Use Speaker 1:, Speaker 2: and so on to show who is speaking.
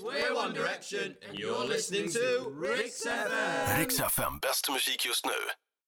Speaker 1: One Direction and you're listening to Rick Seven.
Speaker 2: Riks FM, bäst musik just nu.